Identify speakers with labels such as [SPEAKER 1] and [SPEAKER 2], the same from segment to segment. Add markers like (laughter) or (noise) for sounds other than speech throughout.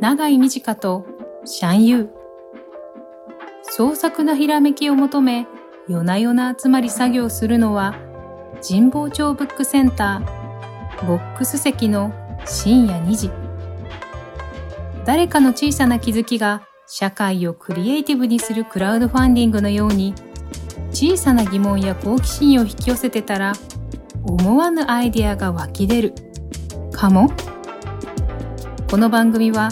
[SPEAKER 1] 永井美智香とシャンユー。創作なひらめきを求め、夜な夜な集まり作業するのは、神保町ブックセンター、ボックス席の深夜2時。誰かの小さな気づきが社会をクリエイティブにするクラウドファンディングのように、小さな疑問や好奇心を引き寄せてたら、思わぬアイデアが湧き出る。かもこの番組は、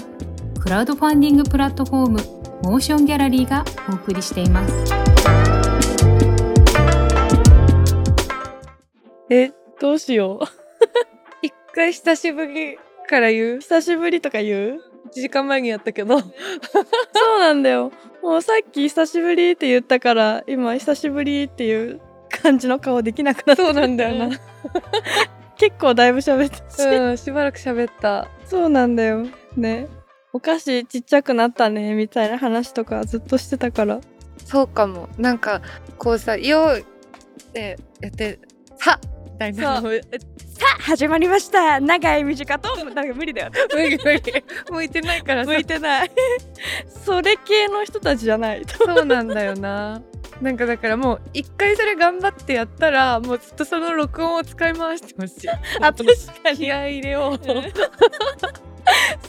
[SPEAKER 1] クラウドファンディングプラットフォーム、モーションギャラリーがお送りしています。
[SPEAKER 2] え、どうしよう。 (laughs) 一回久しぶりから言う久しぶりとか言う ?1 時間前にやったけど。そうなんだよ。もうさっき久しぶりって言ったから、今久しぶりっていう感じの顔できなくなった。そうなんだ
[SPEAKER 3] よな。
[SPEAKER 2] (laughs) 結構だいぶ喋ったし。
[SPEAKER 3] うん、しばらく喋った。
[SPEAKER 2] そうなんだよ。ね。お菓子ちっちゃくなったねみたいな話とかずっとしてたから。
[SPEAKER 3] そうかも。なんか、こうさ、よーってやって、さみたいな。無
[SPEAKER 2] さあ始まりました長い短となんか無理だよ
[SPEAKER 3] 理無理。向いてないからさ
[SPEAKER 2] 向。いてない (laughs) それ系の人たちじゃない (laughs) と
[SPEAKER 3] そうなんだよな。なんかだからもう一回それ頑張ってやったらもうずっとその録音を使い回してほしい。
[SPEAKER 2] あ確かに
[SPEAKER 3] 気合い入れよ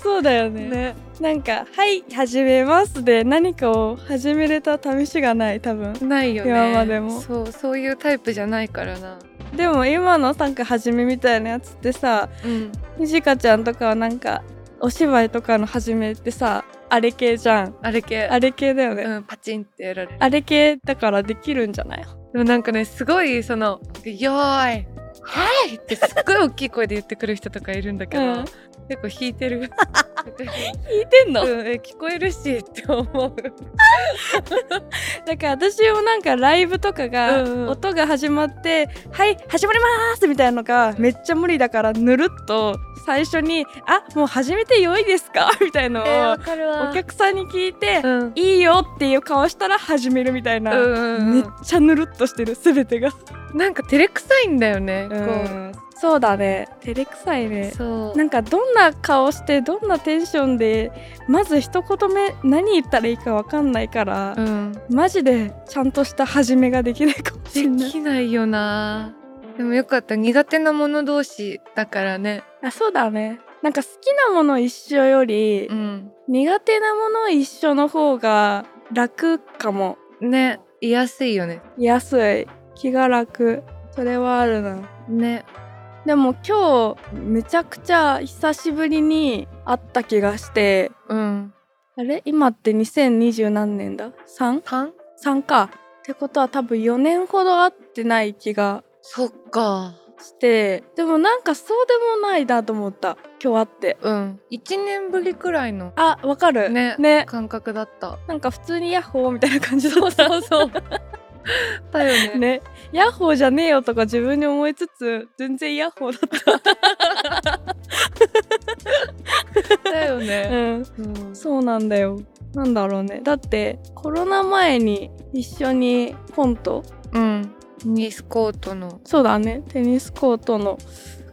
[SPEAKER 2] そうだよ
[SPEAKER 3] う。
[SPEAKER 2] ね
[SPEAKER 3] ね。
[SPEAKER 2] なんか「はい始めます」で何かを始めれた試しがない多分
[SPEAKER 3] ないよね。
[SPEAKER 2] 今までも
[SPEAKER 3] そう、そういうタイプじゃないからな。
[SPEAKER 2] でも今のなんか始めみたいなやつってさ
[SPEAKER 3] うん。
[SPEAKER 2] みじかちゃんとかはなんかお芝居とかの始めってさあれ系じゃん
[SPEAKER 3] あれ系。
[SPEAKER 2] あれ系だよね、
[SPEAKER 3] うん、パチンってやられる。
[SPEAKER 2] あれ系だからできるんじゃない
[SPEAKER 3] でもなんかねすごいその「よーいはい!」ってすっごい大きい声で言ってくる人とかいるんだけど、
[SPEAKER 2] うん
[SPEAKER 3] 結構引いて (laughs) る、
[SPEAKER 2] 聞いてんの (laughs)
[SPEAKER 3] うん、え聞こえるしって思う
[SPEAKER 2] だから私もなんかライブとかが
[SPEAKER 3] うんうん
[SPEAKER 2] 音が始まって「はい始まります」みたいなのがめっちゃ無理だからぬるっと最初に「あもう始めてよいですか?」 (laughs) みたいのを
[SPEAKER 3] かる
[SPEAKER 2] お客さんに聞いて
[SPEAKER 3] う
[SPEAKER 2] 「いいよ」っていう顔したら始めるみたいな、
[SPEAKER 3] ん、
[SPEAKER 2] めっちゃぬるっとしてる全てが、
[SPEAKER 3] なんか照れくさいんだよね、
[SPEAKER 2] そうだね照れくさい
[SPEAKER 3] こう
[SPEAKER 2] ね
[SPEAKER 3] そう
[SPEAKER 2] なんかどんな顔してどんなテンションでまず一言目何言ったらいいかわかんないから、
[SPEAKER 3] うん、
[SPEAKER 2] マジでちゃんとした始めができないかもし
[SPEAKER 3] で
[SPEAKER 2] れない
[SPEAKER 3] きないよなでもよかった苦手なもの同士だからね
[SPEAKER 2] あそうだねなんか好きなもの一緒より、
[SPEAKER 3] うん
[SPEAKER 2] 苦手なもの一緒の方が楽かも
[SPEAKER 3] ね言いやすいよね
[SPEAKER 2] 安い気が楽それはあるな
[SPEAKER 3] ね
[SPEAKER 2] でも今日めちゃくちゃ久しぶりに会った気がして
[SPEAKER 3] うん
[SPEAKER 2] あれ今って2020何年だ 3?3
[SPEAKER 3] パン
[SPEAKER 2] かってことは多分4年ほど会ってない気が
[SPEAKER 3] そっか
[SPEAKER 2] してでもなんかそうでもないなと思った今日会って
[SPEAKER 3] うん1年ぶりくらいの
[SPEAKER 2] あわかる
[SPEAKER 3] ね
[SPEAKER 2] ね
[SPEAKER 3] 感覚だった。
[SPEAKER 2] なんか普通にヤッホーみたいな感じそうそうそう
[SPEAKER 3] だよ
[SPEAKER 2] (laughs)
[SPEAKER 3] ね。
[SPEAKER 2] ねヤッホーじゃねえよとか自分に思いつつ全然ヤッホーだっ
[SPEAKER 3] (laughs) だよ
[SPEAKER 2] た、
[SPEAKER 3] ね。
[SPEAKER 2] (laughs) うん、
[SPEAKER 3] うん
[SPEAKER 2] そうなんだよなんだろうねだってコロナ前に一緒にコント
[SPEAKER 3] うん。ニスコートの。
[SPEAKER 2] そうだねテニスコートの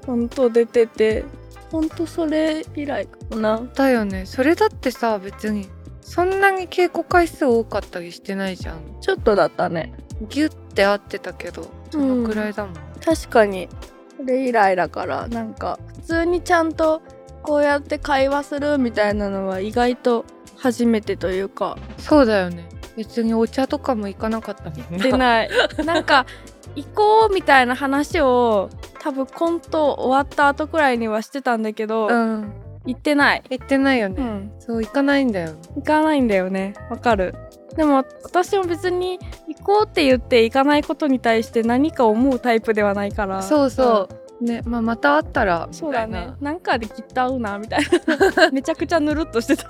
[SPEAKER 2] コント出ててほんとそれ以来かな
[SPEAKER 3] だよね。それだってさ、別に、そんなに稽古回数多かったりしてないじゃん。
[SPEAKER 2] ちょっとだったね
[SPEAKER 3] ギュって合ってたけど、そのくらいだもん。
[SPEAKER 2] 確かにそれ以来だからなんか普通にちゃんとこうやって会話するみたいなのは意外と初めてというか
[SPEAKER 3] そうだよね。別にお茶とかも行かなかったもん
[SPEAKER 2] 出
[SPEAKER 3] な。
[SPEAKER 2] ないなんか行こうみたいな話を多分コント終わった後くらいにはしてたんだけど、
[SPEAKER 3] (laughs) うん。
[SPEAKER 2] 行ってない、
[SPEAKER 3] 行ってない
[SPEAKER 2] う
[SPEAKER 3] よね。
[SPEAKER 2] ん、
[SPEAKER 3] そう、行かないんだよ。
[SPEAKER 2] 行かないんだよねわかるでも私も別に行こうって言って行かないことに対して何か思うタイプではないから
[SPEAKER 3] そうそう。ね、まあ、また会ったら、み
[SPEAKER 2] そう
[SPEAKER 3] た
[SPEAKER 2] だ
[SPEAKER 3] い
[SPEAKER 2] ねな
[SPEAKER 3] な。
[SPEAKER 2] んかできっと合うなみたい
[SPEAKER 3] (laughs)
[SPEAKER 2] なめちゃくちゃぬるっとしてた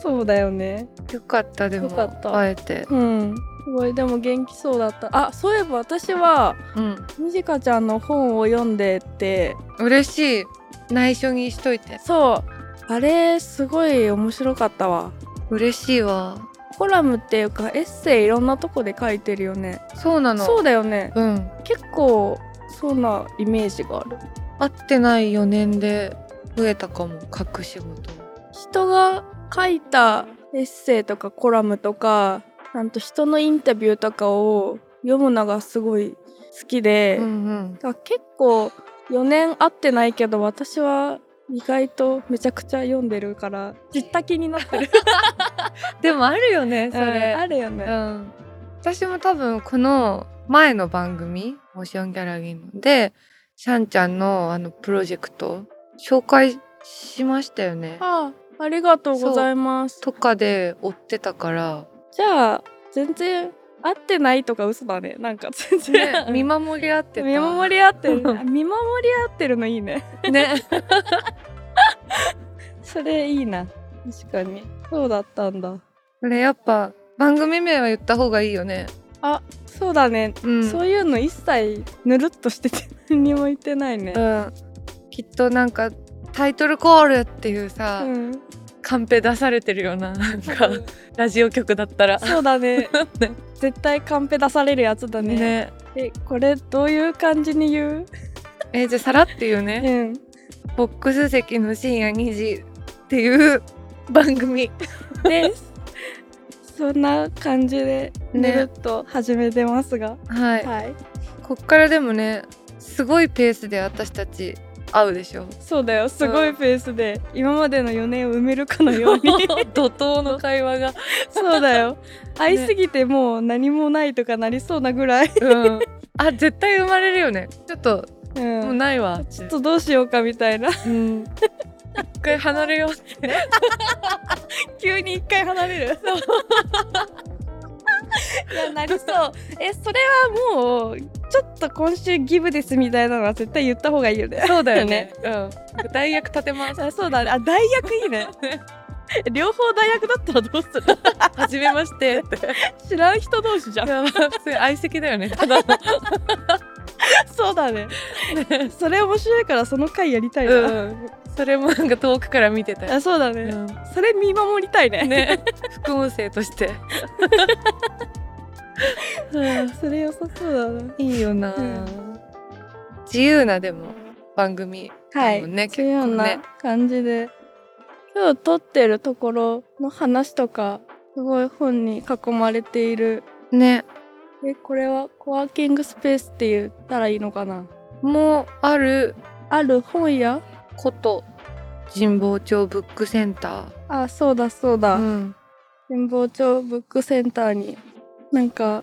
[SPEAKER 2] そうだよね
[SPEAKER 3] よかった、でも
[SPEAKER 2] よかっ、た
[SPEAKER 3] 会えて。
[SPEAKER 2] うんすごいでも元気そうだったあそういえば私は
[SPEAKER 3] うん。
[SPEAKER 2] みじかちゃんの本を読んでって
[SPEAKER 3] 嬉しい。内緒にしといて。
[SPEAKER 2] そうあれすごい面白かったわ
[SPEAKER 3] 嬉しいわ。
[SPEAKER 2] コラムっていうかエッセイいろんなとこで書いてるよね
[SPEAKER 3] そうなの。
[SPEAKER 2] そうだよね
[SPEAKER 3] うん。
[SPEAKER 2] 結構そうなイメージがある
[SPEAKER 3] 会ってない4年で増えたかも書く仕事
[SPEAKER 2] 人が書いたエッセイとかコラムとかなんと人のインタビューとかを読むのがすごい好きで、
[SPEAKER 3] ん
[SPEAKER 2] だから結構4年会ってないけど私は意外とめちゃくちゃ読んでるから知った気になってる
[SPEAKER 3] でもあるよね
[SPEAKER 2] う
[SPEAKER 3] そ
[SPEAKER 2] ん
[SPEAKER 3] れ、
[SPEAKER 2] あるよ
[SPEAKER 3] う
[SPEAKER 2] ね、
[SPEAKER 3] ん私も多分この前の番組「モーションギャラリーの」でシャンちゃんのあのプロジェクト紹介しましたよね
[SPEAKER 2] ああありがとうございます
[SPEAKER 3] とかで追ってたから、
[SPEAKER 2] じゃあ全然会ってないとか嘘だねなんか全
[SPEAKER 3] ね
[SPEAKER 2] 然、、 (laughs)
[SPEAKER 3] 見守り合ってた
[SPEAKER 2] 見守り合ってるあ (laughs) 見守り合ってるのいいね
[SPEAKER 3] りね
[SPEAKER 2] それいいな確かにそうだったんだ
[SPEAKER 3] これやっぱ番組名は言った方がいいよね
[SPEAKER 2] あそうだね、
[SPEAKER 3] うん
[SPEAKER 2] そういうの一切ぬるっとしてて何にも言ってないね
[SPEAKER 3] うん、きっとなんかタイトルコールっていうさ、
[SPEAKER 2] うん、
[SPEAKER 3] カンペ出されてるようななんかラジオ局だったら
[SPEAKER 2] そうだ (laughs) ね絶対カンペ出されるやつだね
[SPEAKER 3] ね
[SPEAKER 2] えこれどういう感じに言う
[SPEAKER 3] (laughs) えじゃあさらっていう
[SPEAKER 2] う
[SPEAKER 3] ね
[SPEAKER 2] ん
[SPEAKER 3] ボックス席の深夜2時っていう番組
[SPEAKER 2] ですそんな感じでぬ
[SPEAKER 3] ね
[SPEAKER 2] るっと始めてますが、
[SPEAKER 3] はい、
[SPEAKER 2] はい
[SPEAKER 3] こっからでもねすごいペースで私たち会うでしょ
[SPEAKER 2] そうだよすごいペースで、今までの4年を埋めるかのように
[SPEAKER 3] (laughs) 怒涛の会話が
[SPEAKER 2] (laughs) そうだよ会いすぎてもう何もないとかなりそうなぐらい、
[SPEAKER 3] うん (laughs) あ絶対生まれるよねちょっと
[SPEAKER 2] う、
[SPEAKER 3] もうんないわ
[SPEAKER 2] ちょっとどうしようかみたいな
[SPEAKER 3] うん、一回離れようって
[SPEAKER 2] (laughs) 急に一回離れる (laughs) いやなりそうえそれはもうちょっと今週ギブですみたいなのは絶対言った方がいいよね
[SPEAKER 3] そうだよ
[SPEAKER 2] よね
[SPEAKER 3] ね。 (laughs) うん。代役立てます。
[SPEAKER 2] あそうだねあ代役いいね (laughs) 両方代役だったらどうする
[SPEAKER 3] はじめま (laughs) して。
[SPEAKER 2] 知らん人同士じゃん
[SPEAKER 3] それ相席 (laughs) だよね。ただの。
[SPEAKER 2] (laughs) そうだね (laughs) それ面白いからその回やりたいな、
[SPEAKER 3] うん。それもなんか遠くから見てた。
[SPEAKER 2] あそうだね、
[SPEAKER 3] うん
[SPEAKER 2] それ見守りたいね
[SPEAKER 3] (laughs) ね。副音声として。 (laughs)
[SPEAKER 2] それ良さそうだない
[SPEAKER 3] いよな
[SPEAKER 2] うん
[SPEAKER 3] 自由なでも番組
[SPEAKER 2] は
[SPEAKER 3] だ
[SPEAKER 2] い、
[SPEAKER 3] もんね
[SPEAKER 2] そういうよう
[SPEAKER 3] 結
[SPEAKER 2] な感じで、今日撮ってるところの話とかすごい本に囲まれている
[SPEAKER 3] ね。
[SPEAKER 2] えこれはコワーキングスペースって言ったらいいのかな
[SPEAKER 3] もうある
[SPEAKER 2] ある本屋
[SPEAKER 3] こと神保町ブックセンタ
[SPEAKER 2] あそうだそうだ、
[SPEAKER 3] ー。ん。
[SPEAKER 2] 神保町ブックセンターになんか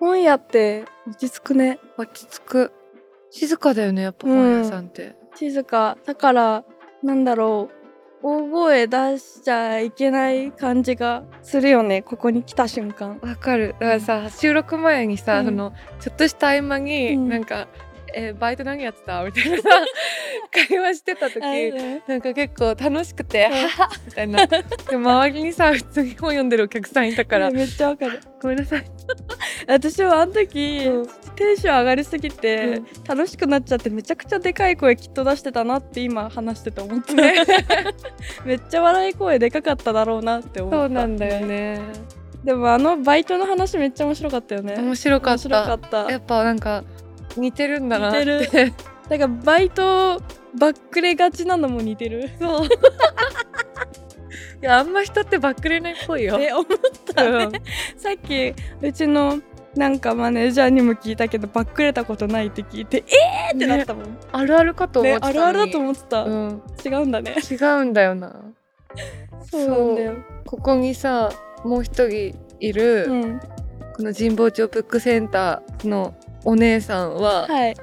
[SPEAKER 2] 本屋って落ち着くね
[SPEAKER 3] 落ち着く。静かだよねやっぱ本屋さんって。
[SPEAKER 2] 静かだからなんだろう大声出しちゃいけない感じがするよねここに来た瞬間
[SPEAKER 3] わかるだからさ収録前にさ、
[SPEAKER 2] うん
[SPEAKER 3] そのちょっとした合間に、
[SPEAKER 2] うん
[SPEAKER 3] なんか、えーバイト何やってた?」みた
[SPEAKER 2] (laughs)
[SPEAKER 3] いなさ会話してた時なんか結構楽しくて「ははみたいなで周りにさ普通に本読んでるお客さんいたから
[SPEAKER 2] めっちゃわかる
[SPEAKER 3] 「ごめんなさい
[SPEAKER 2] 私はあの時、
[SPEAKER 3] うん
[SPEAKER 2] テンション上がりすぎて、
[SPEAKER 3] うん
[SPEAKER 2] 楽しくなっちゃってめちゃくちゃでかい声きっと出してたなって今話してて思
[SPEAKER 3] (laughs)
[SPEAKER 2] って、
[SPEAKER 3] ね
[SPEAKER 2] めっちゃ笑い声でかかっただろうなって」思った
[SPEAKER 3] そうなんだよね
[SPEAKER 2] でもあのバイトの話めっちゃ面白かったよね
[SPEAKER 3] 面白か
[SPEAKER 2] 面
[SPEAKER 3] っ
[SPEAKER 2] 白か
[SPEAKER 3] た
[SPEAKER 2] った
[SPEAKER 3] やっぱなんか似てるんだなって
[SPEAKER 2] 似だからバイトバックレがちなのも似てるそう
[SPEAKER 3] いやあんま人ってバックレないっぽいよ、
[SPEAKER 2] で思ったね、さっきうちのなんかマネージャーにも聞いたけどバックレたことないって聞いてえーってなったもん、ね
[SPEAKER 3] あるあるかと思ってた
[SPEAKER 2] あ
[SPEAKER 3] のに
[SPEAKER 2] るあるだと思ってた、
[SPEAKER 3] うん
[SPEAKER 2] 違うんだね
[SPEAKER 3] 違うんだよな
[SPEAKER 2] そうなんだよ
[SPEAKER 3] ここにさもう一人いる、
[SPEAKER 2] うん
[SPEAKER 3] この神保町ブックセンターのお姉さんは、
[SPEAKER 2] はい、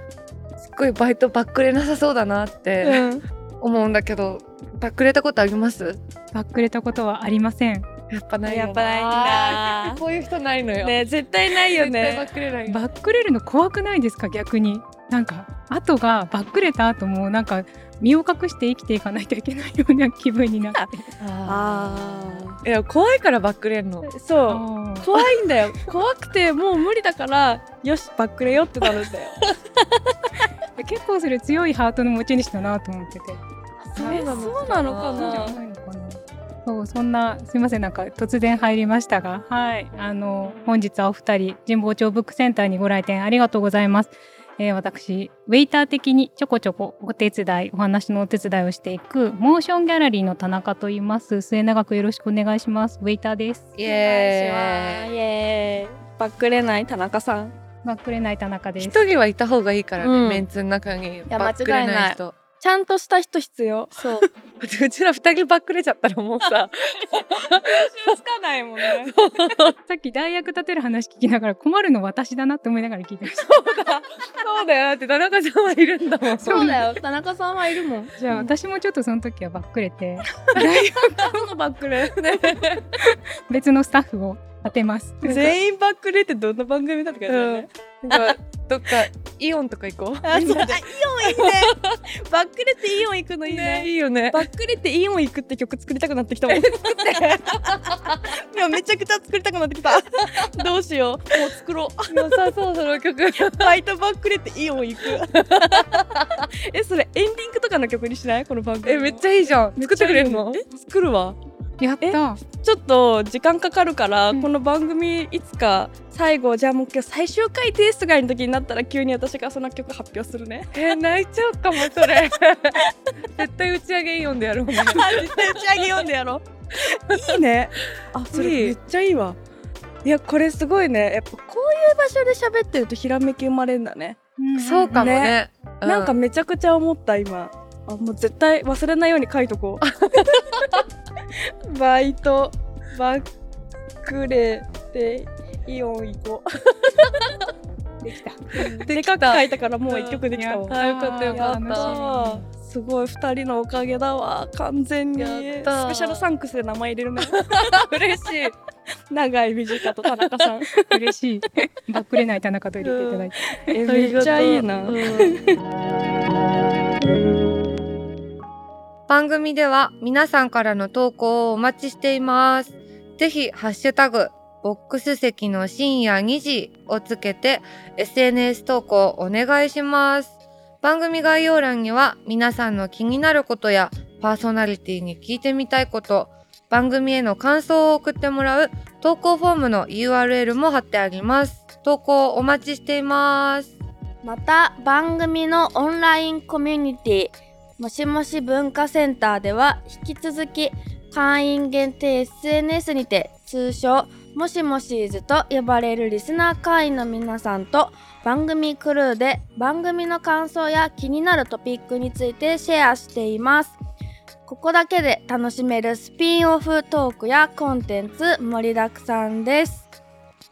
[SPEAKER 3] すっごいバイトバックれなさそうだなって
[SPEAKER 2] うん、
[SPEAKER 3] 思うんだけど、バックれたことあります
[SPEAKER 1] バックれたことはありません。
[SPEAKER 3] やっぱないよ
[SPEAKER 2] やっぱないんだ
[SPEAKER 3] こういう人ないのよ、
[SPEAKER 2] ね絶対ないよ
[SPEAKER 3] 絶対バ
[SPEAKER 2] ね
[SPEAKER 3] ックれないよ
[SPEAKER 1] バックれるの怖くないですか逆に。なんか後がバックれた後もなんか身を隠して生きていかないといけないような気分にな (laughs) って。
[SPEAKER 3] いや怖いからバックれんの
[SPEAKER 2] あそう
[SPEAKER 1] あー
[SPEAKER 2] 怖いんだよ怖くてもう無理だからよしバックレよってなるんだよ
[SPEAKER 1] 結構それ強いハートの持ち主だなと思ってて。
[SPEAKER 3] そう
[SPEAKER 2] え
[SPEAKER 3] なの
[SPEAKER 2] (laughs) そうなのか
[SPEAKER 1] そうじゃ
[SPEAKER 2] な
[SPEAKER 1] ないのかなそうそんなすいませんなんか突然入りましたがはいあの本日はお二人神保町ブックセンターにご来店ありがとうございます、えー私ウェイター的にちょこちょこお手伝いお話のお手伝いをしていくモーションギャラリーの田中と言います末永くよろしくお願いしますウェイターです
[SPEAKER 3] イ
[SPEAKER 2] お願いしま
[SPEAKER 3] エ
[SPEAKER 2] すイエーイバックれない田中さん
[SPEAKER 1] まくれない田中
[SPEAKER 3] ー
[SPEAKER 1] で
[SPEAKER 3] イ
[SPEAKER 1] す
[SPEAKER 3] 一人はいた方がいいからね、
[SPEAKER 2] うん
[SPEAKER 3] メンツの中に
[SPEAKER 2] や
[SPEAKER 3] バックれない人
[SPEAKER 2] ちゃんとした人必要そう (laughs)
[SPEAKER 3] うちら二人バックれちゃったらもうさ
[SPEAKER 2] つかないもんね
[SPEAKER 1] さっき代役立てる話聞きながら困るの私だなって思いながら聞いてました
[SPEAKER 3] そうだよだって田中さんはいるんだもん
[SPEAKER 2] そうだ (laughs) よ田中さんはいるもん
[SPEAKER 1] じゃあ私もちょっとその時はばっくれて
[SPEAKER 2] そのバックレ
[SPEAKER 1] 別のスタッフを当てます
[SPEAKER 2] (laughs) 全員バックレってどんな番組だったかね、
[SPEAKER 3] なんかどっかイオンとか行こ
[SPEAKER 2] あ
[SPEAKER 3] う
[SPEAKER 2] そうあイオンいいね (laughs) バックレってイオン行くのいいね
[SPEAKER 3] ねいいよね
[SPEAKER 2] バックレってイオン行くって曲作りたくなってきたもん今めちゃくちゃ作りたくなってき (laughs) たどうしようもう作ろう
[SPEAKER 3] 良さそうその曲
[SPEAKER 2] バイトバックレってイオン行く (laughs) えそれエンディングとかの曲にしないこの番組
[SPEAKER 3] えめっちゃいいじゃん作ってくれるの
[SPEAKER 2] え作るわ
[SPEAKER 1] やった
[SPEAKER 2] ちょっと時間かかるから、
[SPEAKER 1] うん
[SPEAKER 2] この番組いつか最後じゃあもう今日最終回ですとかの時になったら急に私がその曲発表するね
[SPEAKER 3] え泣いちゃうかもそれ絶対打ち上げイオンでやろうね
[SPEAKER 2] 絶対打ち上げ読んでやろういいねあ (laughs) それ
[SPEAKER 3] いい
[SPEAKER 2] めっちゃいいわいやこれすごいねやっぱこういう場所で喋ってるとひらめき生まれるんだね、
[SPEAKER 1] ん
[SPEAKER 3] そうかもねう
[SPEAKER 2] なんかめちゃくちゃ思った今あもう絶対忘れないように書いとこ
[SPEAKER 3] (laughs)
[SPEAKER 2] うバイトバックレでイオン行こうできたでかく書いたからもう一曲できたわ、
[SPEAKER 3] あよかったよかっ
[SPEAKER 1] やった
[SPEAKER 3] た
[SPEAKER 2] すごい二人のおかげだわ完全に
[SPEAKER 3] や
[SPEAKER 2] スペ
[SPEAKER 3] った
[SPEAKER 2] シャルサンクスで名前入れるね
[SPEAKER 3] 嬉しい
[SPEAKER 2] 長い短と田中さ
[SPEAKER 3] (laughs)
[SPEAKER 2] ん
[SPEAKER 1] 嬉しい。バックれない田中と入れていただいて。
[SPEAKER 2] えめっちゃいいな、
[SPEAKER 3] 番組では皆さんからの投稿をお待ちしています。ぜひ、ハッシュタグ、ボックス席の深夜2時をつけて SNS 投稿お願いします。番組概要欄には皆さんの気になることやパーソナリティに聞いてみたいこと、番組への感想を送ってもらう投稿フォームの URL も貼ってあります。投稿お待ちしています。
[SPEAKER 4] また番組のオンラインコミュニティもしもし文化センターでは引き続き会員限定 SNS にて通称もしもしーずと呼ばれるリスナー会員の皆さんと番組クルーで番組の感想や気になるトピックについてシェアしていますここだけで楽しめるスピンオフトークやコンテンツ盛りだくさんです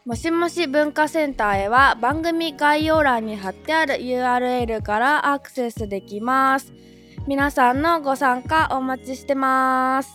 [SPEAKER 4] もしもし文化センターへは番組概要欄に貼ってある URL からアクセスできます。皆さんのご参加お待ちしてます。